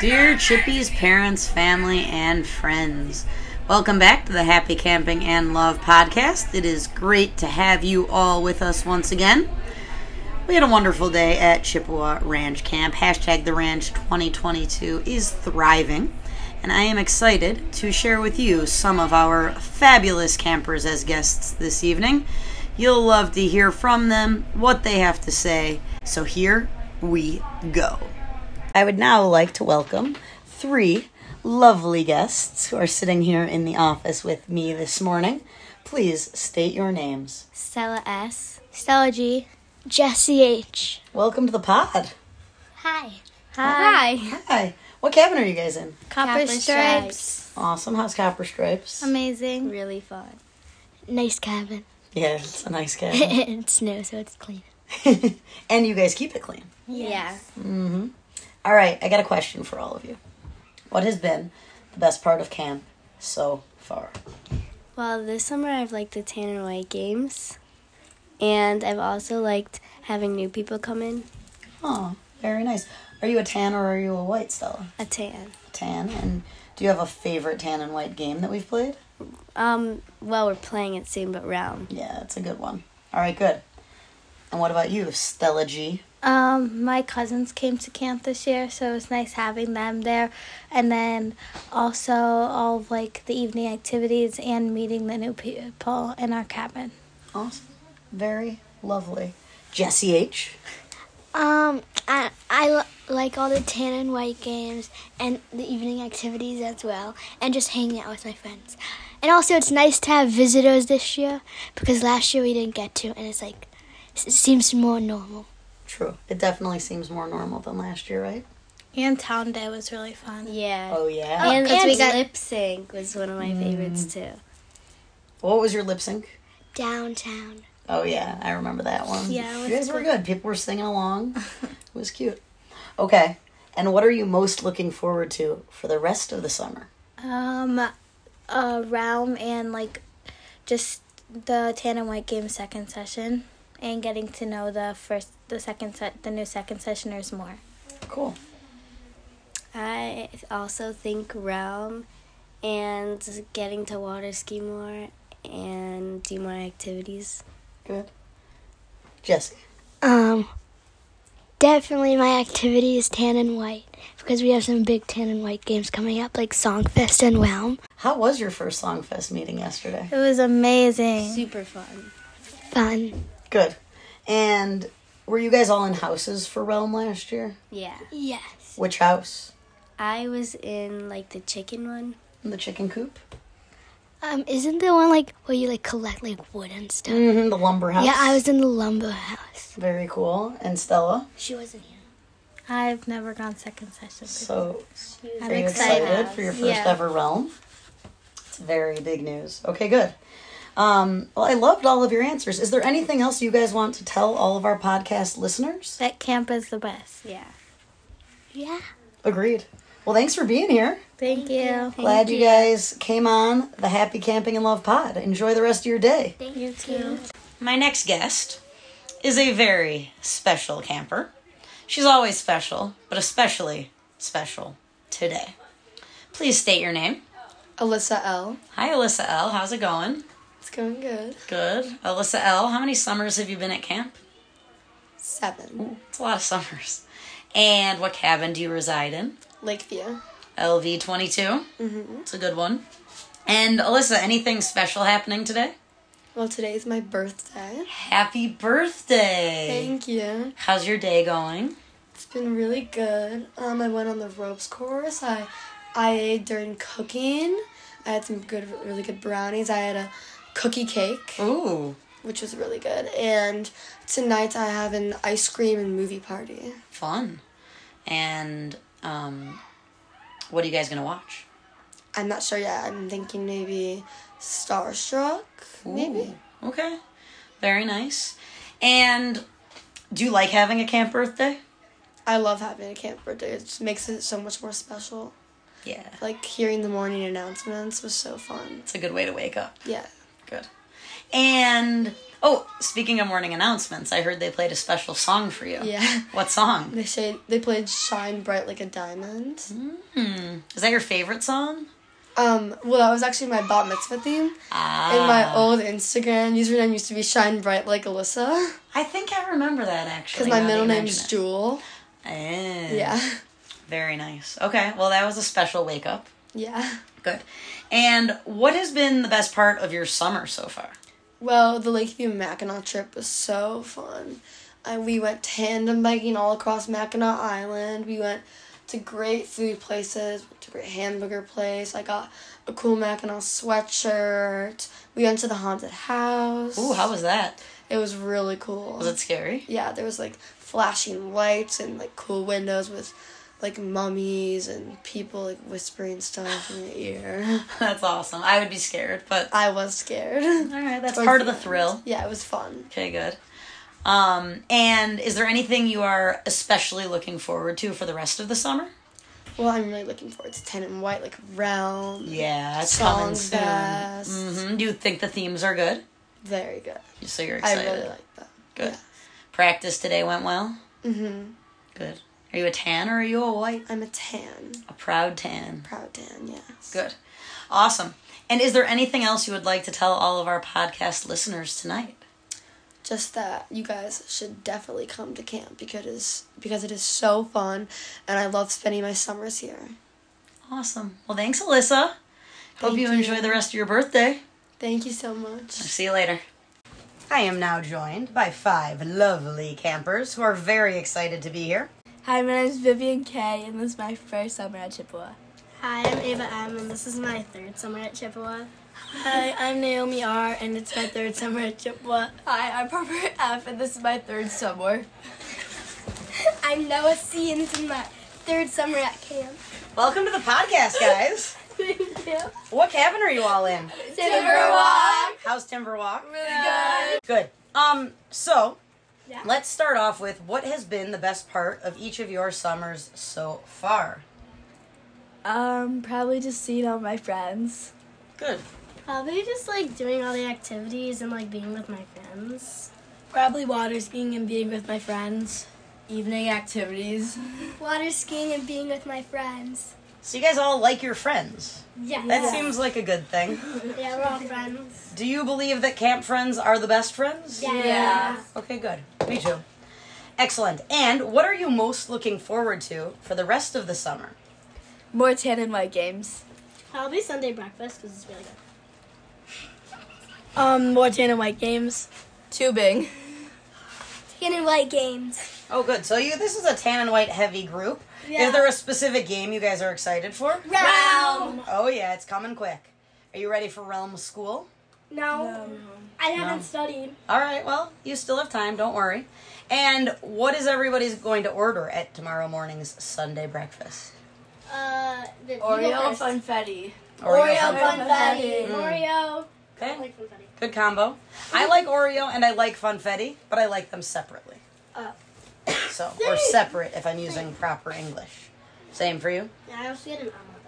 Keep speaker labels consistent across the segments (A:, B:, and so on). A: Dear Chippy's parents, family, and friends, welcome back to the Happy Camping and Love podcast. It is great to have you all with us once again. We had a wonderful day at Chippewa Ranch Camp. Hashtag the ranch 2022 is thriving, and I am excited to share with you some of our fabulous campers as guests this evening. You'll love to hear from them, what they have to say. So here we go. I would now like to welcome three lovely guests who are sitting here in the office with me this morning. Please state your names.
B: Stella S. Stella G. Jesse H.
A: Welcome to the pod.
B: Hi. Hi.
A: Hi. What cabin are you guys in?
B: Copper, stripes.
A: Awesome. How's Copper Stripes?
B: Um, Amazing. Really fun. Nice cabin.
A: yeah, it's a nice cabin.
B: it's snow, so it's clean.
A: and you guys keep it clean.
B: Yes.
A: All right, I got a question for all of you. What has been the best part of camp so far?
B: Well, this summer I've liked the tan and white games, and I've also liked having new people come in.
A: Oh, very nice. Are you a tan or are you a white, Stella?
B: A tan.
A: Tan. And do you have a favorite tan and white game that we've played?
B: Um. Well, we're playing it soon, but round.
A: Yeah, it's a good one. All right, good. And what about you, Stella G?
C: Um, my cousins came to camp this year, so it was nice having them there. And then also all of, like the evening activities and meeting the new people in our cabin.
A: Awesome. Very lovely. Jesse H.
D: Um, I, I l- like all the tan and white games and the evening activities as well, and just hanging out with my friends. And also, it's nice to have visitors this year because last year we didn't get to, and it's like s- it seems more normal.
A: True. It definitely seems more normal than last year, right?
C: And town day was really fun.
B: Yeah.
A: Oh, yeah.
B: And,
D: 'cause we
B: and
D: got-
B: lip sync was one of my favorites too.
A: What was your lip sync?
D: Downtown.
A: Oh yeah, I remember that one.
C: Yeah, it
A: you guys
C: was
A: were good. People were singing along. it was cute. Okay, and what are you most looking forward to for the rest of the summer?
C: Um, uh, realm and like just the tan and white game second session and getting to know the first, the second set, the new second sessioners more.
A: Cool.
B: I also think realm and getting to water ski more and do more activities.
A: Good. Jesse.
D: Um, definitely my activity is tan and white because we have some big tan and white games coming up, like Songfest and Realm.
A: How was your first Songfest meeting yesterday?
C: It was amazing.
B: Super fun.
D: Fun.
A: Good. And were you guys all in houses for Realm last year?
B: Yeah.
D: Yes.
A: Which house?
B: I was in like the chicken one.
A: In the chicken coop?
D: Um, isn't there one like where you like collect like wood and stuff?
A: Mm-hmm, the lumber house.
D: Yeah, I was in the lumber house.
A: Very cool. And Stella.
D: She wasn't here.
C: I've never gone second session.
A: So
C: I'm
A: Are you
C: excited.
A: excited for your first
C: Yeah.
A: ever realm? It's very big news. Okay, good. Um, well, I loved all of your answers. Is there anything else you guys want to tell all of our podcast listeners?
C: That camp is the best.
B: Yeah.
D: Yeah.
A: Agreed. Well, thanks for being here.
C: Thank, you.
A: Glad you guys came on the Happy Camping and Love Pod. Enjoy the rest of your day.
C: You too.
A: My next guest is a very special camper. She's always special, but especially special today. Please state your name.
E: Alyssa L.
A: Hi, Alyssa L. How's it going?
E: It's going good.
A: Good. Alyssa L., how many summers have you been at camp?
E: Seven.
A: It's a lot of summers. And what cabin do you reside in?
E: Lakeview.
A: LV 22. Mm-hmm. It's a good one. And Alyssa, anything special happening today?
E: Well, today's my birthday.
A: Happy birthday!
E: Thank you.
A: How's your day going?
E: It's been really good. Um, I went on the ropes course. I, I ate during cooking. I had some good, really good brownies. I had a cookie cake,
A: Ooh,
E: which was really good. And tonight I have an ice cream and movie party.
A: fun. And um, what are you guys going to watch?
E: I'm not sure yet. I'm thinking maybe Starstruck. Maybe.
A: Ooh, Okay. Very nice. And do you like having a camp birthday?
E: I love having a camp birthday. It just makes it so much more special.
A: Yeah.
E: Like hearing the morning announcements was so fun.
A: It's a good way to wake up.
E: Yeah.
A: Good. And Oh, speaking of morning announcements, I heard they played a special song for you.
E: Yeah.
A: What song?
E: They shade, they played "Shine Bright Like a Diamond."
A: Hmm. Is that your favorite song?
E: Um, well, that was actually my bat mitzvah theme.
A: Ah.
E: And my old Instagram username used to be Shine Bright Like Alyssa,
A: I think I remember that actually.
E: because my
A: now that
E: middle
A: you
E: name's
A: mention it.
E: Jewel.
A: Eh,
E: Yeah,
A: Very nice. Okay, well, that was a special wake up.
E: yeah.
A: Good. And what has been the best part of your summer so far?
E: Well, the Lakeview Mackinac trip was so fun. Uh, we went tandem biking all across Mackinac Island. We went to great food places, went to a great hamburger place. I got a cool Mackinac sweatshirt. We went to the haunted house.
A: Ooh, how was that?
E: it was really cool.
A: Was it scary?
E: yeah, there was like flashing lights and like cool windows with like mummies and people like whispering stuff in your ear.
A: That's awesome. I would be scared, but
E: I was scared.
A: all right, that's part of the thrill.
E: Yeah, it was fun.
A: Okay, good. Um, and is there anything you are especially looking forward to for the rest of the summer?
E: Well, I'm really looking forward to Ten and White, like Realm.
A: Yeah, it's coming soon.
E: Songfest.
A: hmm Do you think the themes are good?
E: Very good.
A: So you're
E: I
A: excited.
E: really like that.
A: good.
E: yeah.
A: Practice today went well.
E: Mm-hmm.
A: Good. Are you a tan or are you a white?
E: I'm a tan.
A: A proud tan.
E: Proud tan, yes.
A: Good. Awesome. And is there anything else you would like to tell all of our podcast listeners tonight?
E: just that you guys should definitely come to camp because it is, because it is so fun and I love spending my summers here.
A: Awesome. Well, thanks, Alyssa. Hope
E: Thank
A: you
E: you.
A: enjoy the rest of your birthday.
E: Thank you so much.
A: See you later. I am now joined by five lovely campers who are very excited to be here.
F: Hi, my name is Vivian Kay, and this is my first summer at Chippewa.
B: Hi, I'm Ava M, and this is my third summer at Chippewa.
F: Hi, I'm Naomi R, and it's my third summer at Chippewa. Hi, I'm Parker F, and this is my third summer.
B: I'm Noah C, and this is my third summer at camp.
A: Welcome to the podcast, guys. What cabin are you all in?
F: Chippewa!
A: How's Timberwalk? Really good. Good. Um, so let's start off with what has been the best part of each of your summers so far.
F: Um, probably just seeing all my friends.
A: Good.
B: Probably just like doing all the activities and like being with my friends.
F: Probably water skiing and being with my friends. Evening activities.
D: Water skiing and being with my friends.
A: So you guys all like your friends.
D: Yeah.
A: That seems like a good thing.
D: Yeah, we're all friends.
A: Do you believe that camp friends are the best friends?
D: Yeah.
A: Okay, good. Me too. Excellent. And what are you most looking forward to for the rest of the summer?
F: More tan and white games.
B: Probably Sunday breakfast because it's really good.
F: Um, more tan and white games. Tubing.
D: Tan and white games.
A: Oh, good. So you this is a tan and white heavy group. Is there a specific game you guys are excited for?
D: Realm.
A: Oh yeah, it's coming quick. Are you ready for Realm School?
D: No. I haven't
A: No.
D: studied.
A: All right. Well, you still have time. Don't worry. And what is everybody's going to order at tomorrow morning's Sunday breakfast?
D: Uh, the you go first.
F: funfetti.
A: Oreo. fun-
D: funfetti. Oreo.
A: Okay.
D: Like Mm-hmm. funfetti.
A: Good combo. I like Oreo and I like Funfetti, but I like them separately.
D: Oh.
A: So, or separate if I'm using proper English. Same for you?
D: Yeah, I also get an omelet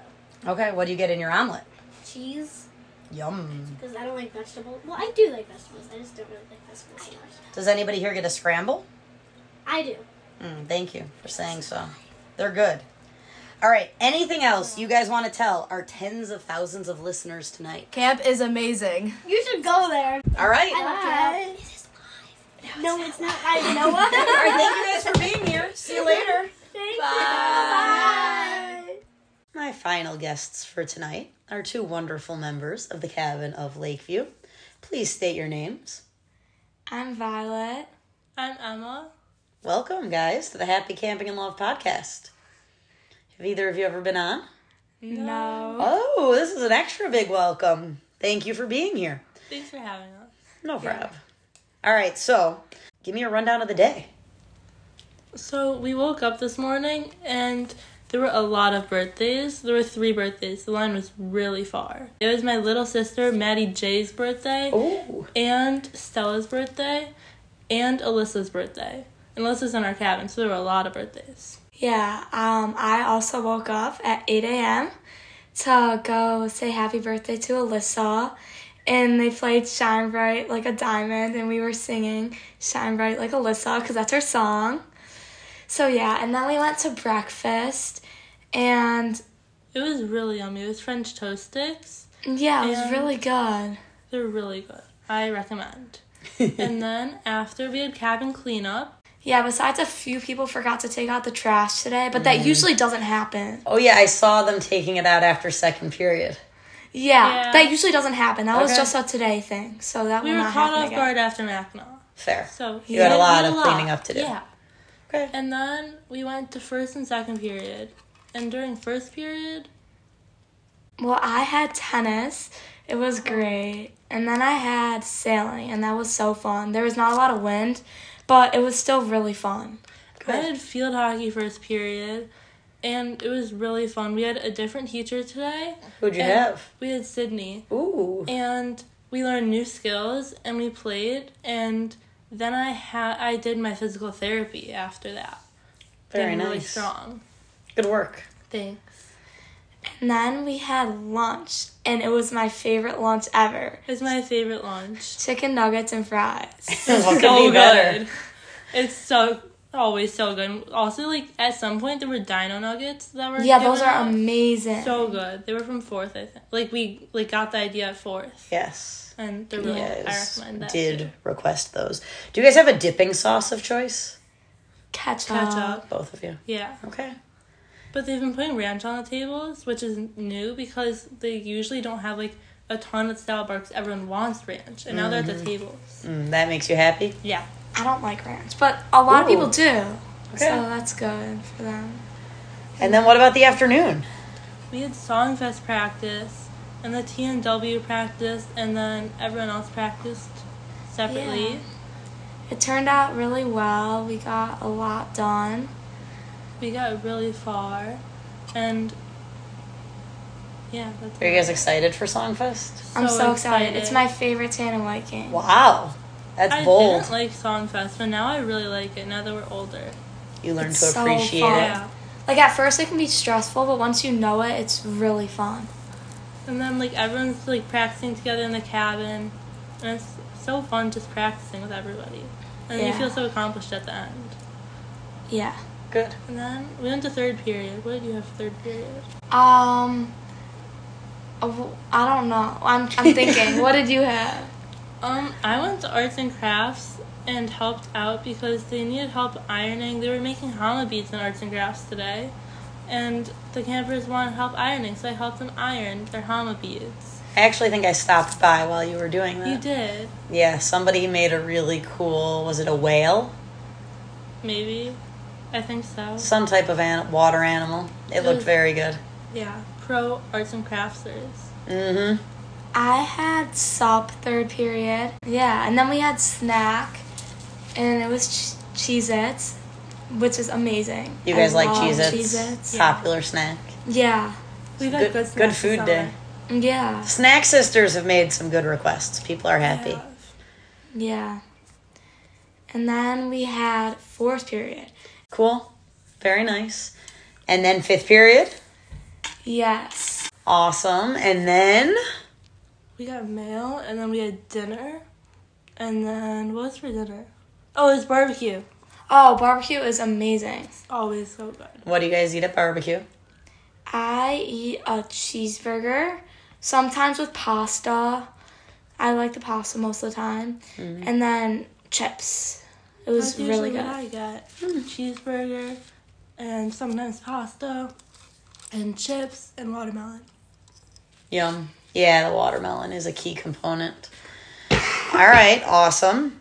D: though.
A: Okay, what do you get in your omelet?
D: Cheese,
A: Yum.
D: because I don't like vegetables. Well, I do like vegetables. I just don't really like vegetables so much.
A: Does anybody here get a scramble?
D: I do.
A: Mm, thank you for saying so. They're good. All right, anything else you guys want to tell our tens of thousands of listeners tonight?
F: Camp is amazing.
D: You should go there.
A: All right.
D: I
A: All
D: looked it up. No, it's not live, Noah.
A: right, thank you guys for being here. See you later. My final guests for tonight are two wonderful members of the cabin of Lakeview. Please state your names.
F: I'm Violet.
A: Welcome, guys, to the Happy Camping and Love podcast. Have either of you ever been on?
F: No.
A: Oh, this is an extra big welcome. Thank you for being here.
G: Thanks for having us.
A: No problem. All right, so give me a rundown of the day.
G: So we woke up this morning and there were a lot of birthdays. There were three birthdays. The line was really far. It was my little sister Maddie J's birthday
A: Oh,
G: and Stella's birthday and Alyssa's birthday. And Alyssa's in our cabin, so there were a lot of birthdays.
F: Yeah, um, I also woke up at 8 a.m. to go say happy birthday to Alyssa and they played Shine Bright Like a Diamond, and we were singing Shine Bright Like Alyssa because that's our song. So, yeah, and then we went to breakfast, and
G: It was really yummy. It was French toast sticks.
F: yeah, it was
G: And-
F: really good.
G: They're really good. I recommend. and then after we had cabin cleanup.
F: Yeah, besides a few people forgot to take out the trash today, but
G: Mm-hmm.
F: that usually doesn't happen.
A: Oh yeah, I saw them taking it out after second period.
F: Yeah,
G: Yeah.
F: that usually doesn't happen. That was
G: Okay.
F: just a today thing, so that
G: We
F: will
G: were
F: not
G: caught
F: happen
G: off
F: again.
G: guard after Mackinac.
A: Fair.
G: So
A: You had a lot of cleaning up to do.
G: Yeah.
A: Okay.
G: And then we went to first and second period. And during first period,
F: Well, I had tennis. It was great. And then I had sailing, and that was so fun. There was not a lot of wind, but it was still really fun.
G: I did field hockey first period. And it was really fun. We had a different teacher today.
A: Who'd you
G: And
A: have?
G: We had Sydney.
A: Ooh.
G: and we learned new skills and we played and then I had I did my physical therapy after that.
A: Very
G: Getting
A: nice.
G: Really strong.
A: Good work.
G: Thanks.
F: And then we had lunch, and it was my favorite lunch ever
G: It's my favorite lunch.
F: chicken nuggets and fries.
A: what
G: so
A: could be better?
G: good. It's so always so good. Also, like at some point there were Dino Nuggets that were
F: yeah, those
G: given
F: are
G: out.
F: amazing.
G: so good. They were from fourth, I think. Like we like got the idea at fourth,
A: Yes.
G: and they're
A: You
G: really.
A: guys
G: I recommend that.
A: did
G: too.
A: request those. Do you guys have a dipping sauce of choice?
F: Ketchup.
G: ketchup?
A: Both of you.
G: Yeah.
A: Okay.
G: But they've been putting ranch on the tables, which is new because they usually don't have like a ton of salad bar 'cause everyone wants ranch, and now they're at the tables.
A: Mm, that makes you happy.
G: Yeah,
F: I don't like ranch, but a lot
A: Ooh.
F: of people do. So
A: Okay.
F: that's good for them.
A: And then what about the afternoon?
G: we had Songfest practice, and the TNW practice, and then everyone else practiced separately.
F: Yeah. It turned out really well. We got a lot done.
G: We got really far, and yeah, that's
A: Are you guys excited for Songfest?
F: I'm so excited. It's my favorite tan and white game.
A: Wow. That's
G: I
A: bold.
G: didn't like Songfest, but now I really like it. Now that we're older,
A: you learn
F: It's
A: to
F: so
A: appreciate
F: fun.
A: it.
G: yeah.
F: Like at first it can be stressful, but once you know it, it's really fun.
G: And then like everyone's like practicing together in the cabin, and it's so fun just practicing with everybody, and you
F: Yeah.
G: feel so accomplished at the end.
F: Yeah.
A: Good.
G: And then we went to third period. What did you have for third period?
F: Um oh, I don't know. I'm I'm thinking. what did you have?
G: Um, I went to arts and crafts and helped out because they needed help ironing. They were making hama beads in arts and crafts today, and the campers wanted help ironing, so I helped them iron their hama beads.
A: I actually think I stopped by while you were doing that.
G: You did,
A: Yeah, somebody made a really cool, was it a whale?
G: maybe. I think so.
A: Some type of an- water animal. It looked
G: Mm.
A: very good.
G: Yeah, pro arts and craftsers.
A: Mm-hmm.
F: I had sup third period. Yeah, and then we had snack and it was ch- Cheez-Its, which is amazing.
A: You guys
F: I
A: like
F: love
A: Cheez-Its?
F: Cheez-Its.
A: Popular snack.
F: Yeah.
G: We've had
A: Good-
G: good,
A: good
G: snacks this
A: food
G: summer.
A: day.
F: Yeah.
A: Snack Sisters have made some good requests. People are happy.
G: Yeah.
F: Yeah. And then we had fourth period.
A: Cool. Very nice. And then fifth period.
F: Yes.
A: Awesome. And then
G: We got mail, and then we had dinner, and then what was for dinner? Oh, it was barbecue.
F: Oh, barbecue is amazing.
G: Always so good.
A: what do you guys eat at barbecue?
F: I eat a cheeseburger, sometimes with pasta. I like the pasta most of the time. And then chips. It was
G: That's usually
F: really good. Hmm.
G: what I get. Cheeseburger, and sometimes pasta, and chips, and watermelon.
A: Yum. Yeah, the watermelon is a key component. All right. Awesome.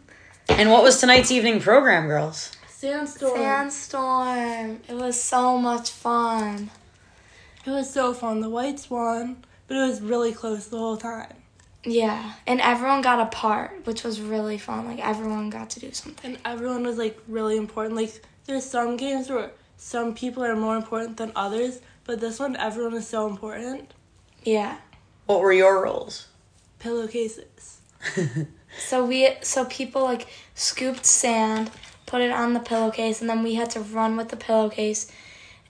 A: And what was tonight's evening program, girls?
G: Sandstorm.
F: Sandstorm. It was so much fun.
G: It was so fun. The whites won, but it was really close the whole time.
F: Yeah. And everyone got a part, which was really fun. Like everyone got to do something.
G: and everyone was like really important. Like there's some games where some people are more important than others, but this one everyone is so important.
F: Yeah.
A: What were your roles?
G: Pillowcases.
F: So we so people like scooped sand, put it on the pillowcase, and then we had to run with the pillowcase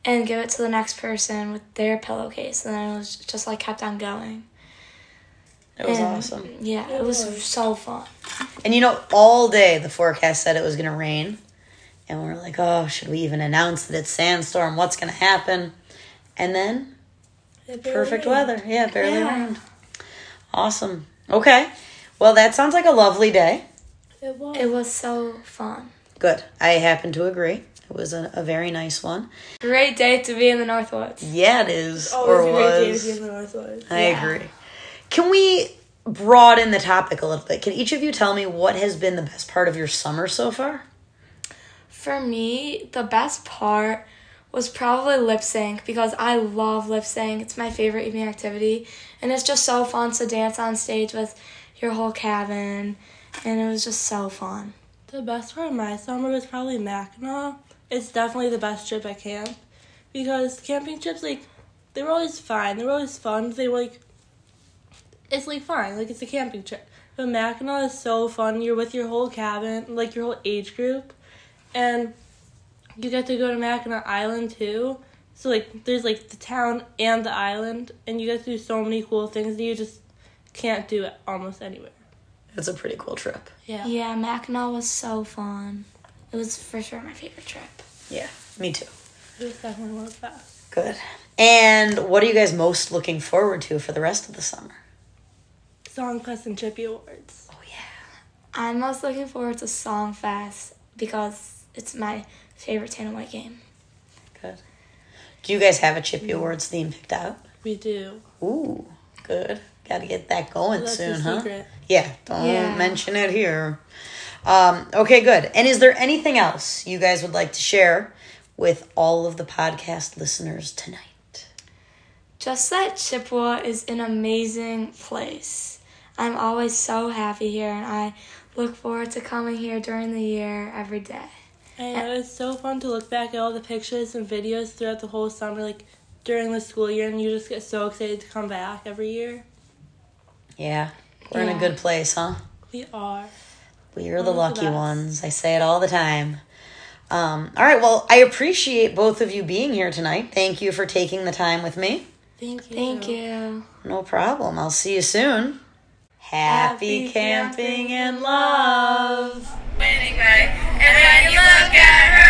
F: and give it to the next person with their pillowcase, and then it was just like kept on going.
A: It was
F: And,
A: awesome.
F: Yeah, it was so fun.
A: And you know, all day the forecast said it was going to rain. And we were like, oh, should we even announce that it's sandstorm? What's going to happen? And then, perfect weather. Yeah, barely
F: Yeah.
A: rained. Awesome. Okay. Well, that sounds like a lovely day.
F: It was so fun.
A: Good. I happen to agree. It was a, a very nice one.
F: Great day to be in the Northwoods.
A: Yeah, it is. or was.
G: the Northwoods.
A: I agree. Can we broaden the topic a little bit? Can each of you tell me what has been the best part of your summer so far?
F: For me, the best part was probably lip sync because I love lip sync. It's my favorite evening activity, and it's just so fun to dance on stage with your whole cabin, and it was just so fun.
G: The best part of my summer was probably Mackinac. It's definitely the best trip at camp because camping trips, like, they were always fine. They were always fun. They were like, it's like fine. Like, it's a camping trip. But Mackinac is so fun. You're with your whole cabin, like, your whole age group. And you get to go to Mackinac Island too. So, like, there's like the town and the island, and you get to do so many cool things that you just can't do it almost anywhere.
A: That's a pretty cool trip.
G: Yeah.
F: Yeah, Mackinac was so fun. It was for sure my favorite trip.
A: Yeah, me too.
G: It was definitely one of the best.
A: Good. And what are you guys most looking forward to for the rest of the summer?
G: Songfest and Chippy Awards.
F: I'm most looking forward to Songfest because it's my favorite Tana White game.
A: Good. Do you guys have a
G: Mm.
A: Chippy Awards theme picked out?
G: We do.
A: Ooh, good. Got to get that going
G: That's
A: soon,
G: a
A: huh?
G: secret.
A: Yeah, don't
F: Yeah.
A: mention it here. Um, okay, good. And is there anything else you guys would like to share with all of the podcast listeners tonight?
F: Just that Chippewa is an amazing place. I'm always so happy here and I look forward to coming here during the year every day.
G: And it was so fun to look back at all the pictures and videos throughout the whole summer, like during the school year, and you just get so excited to come back every year.
A: Yeah, we're in a
F: Yeah.
A: good place, huh?
G: We are.
A: We are the
G: One of the
A: lucky
G: best.
A: ones. I say it all the time. Um, all right, well, I appreciate both of you being here tonight. Thank you for taking the time with me.
G: Thank you.
F: Thank you.
A: No problem. I'll see you soon. Happy, camping and love.
H: anyway. And when you look at her,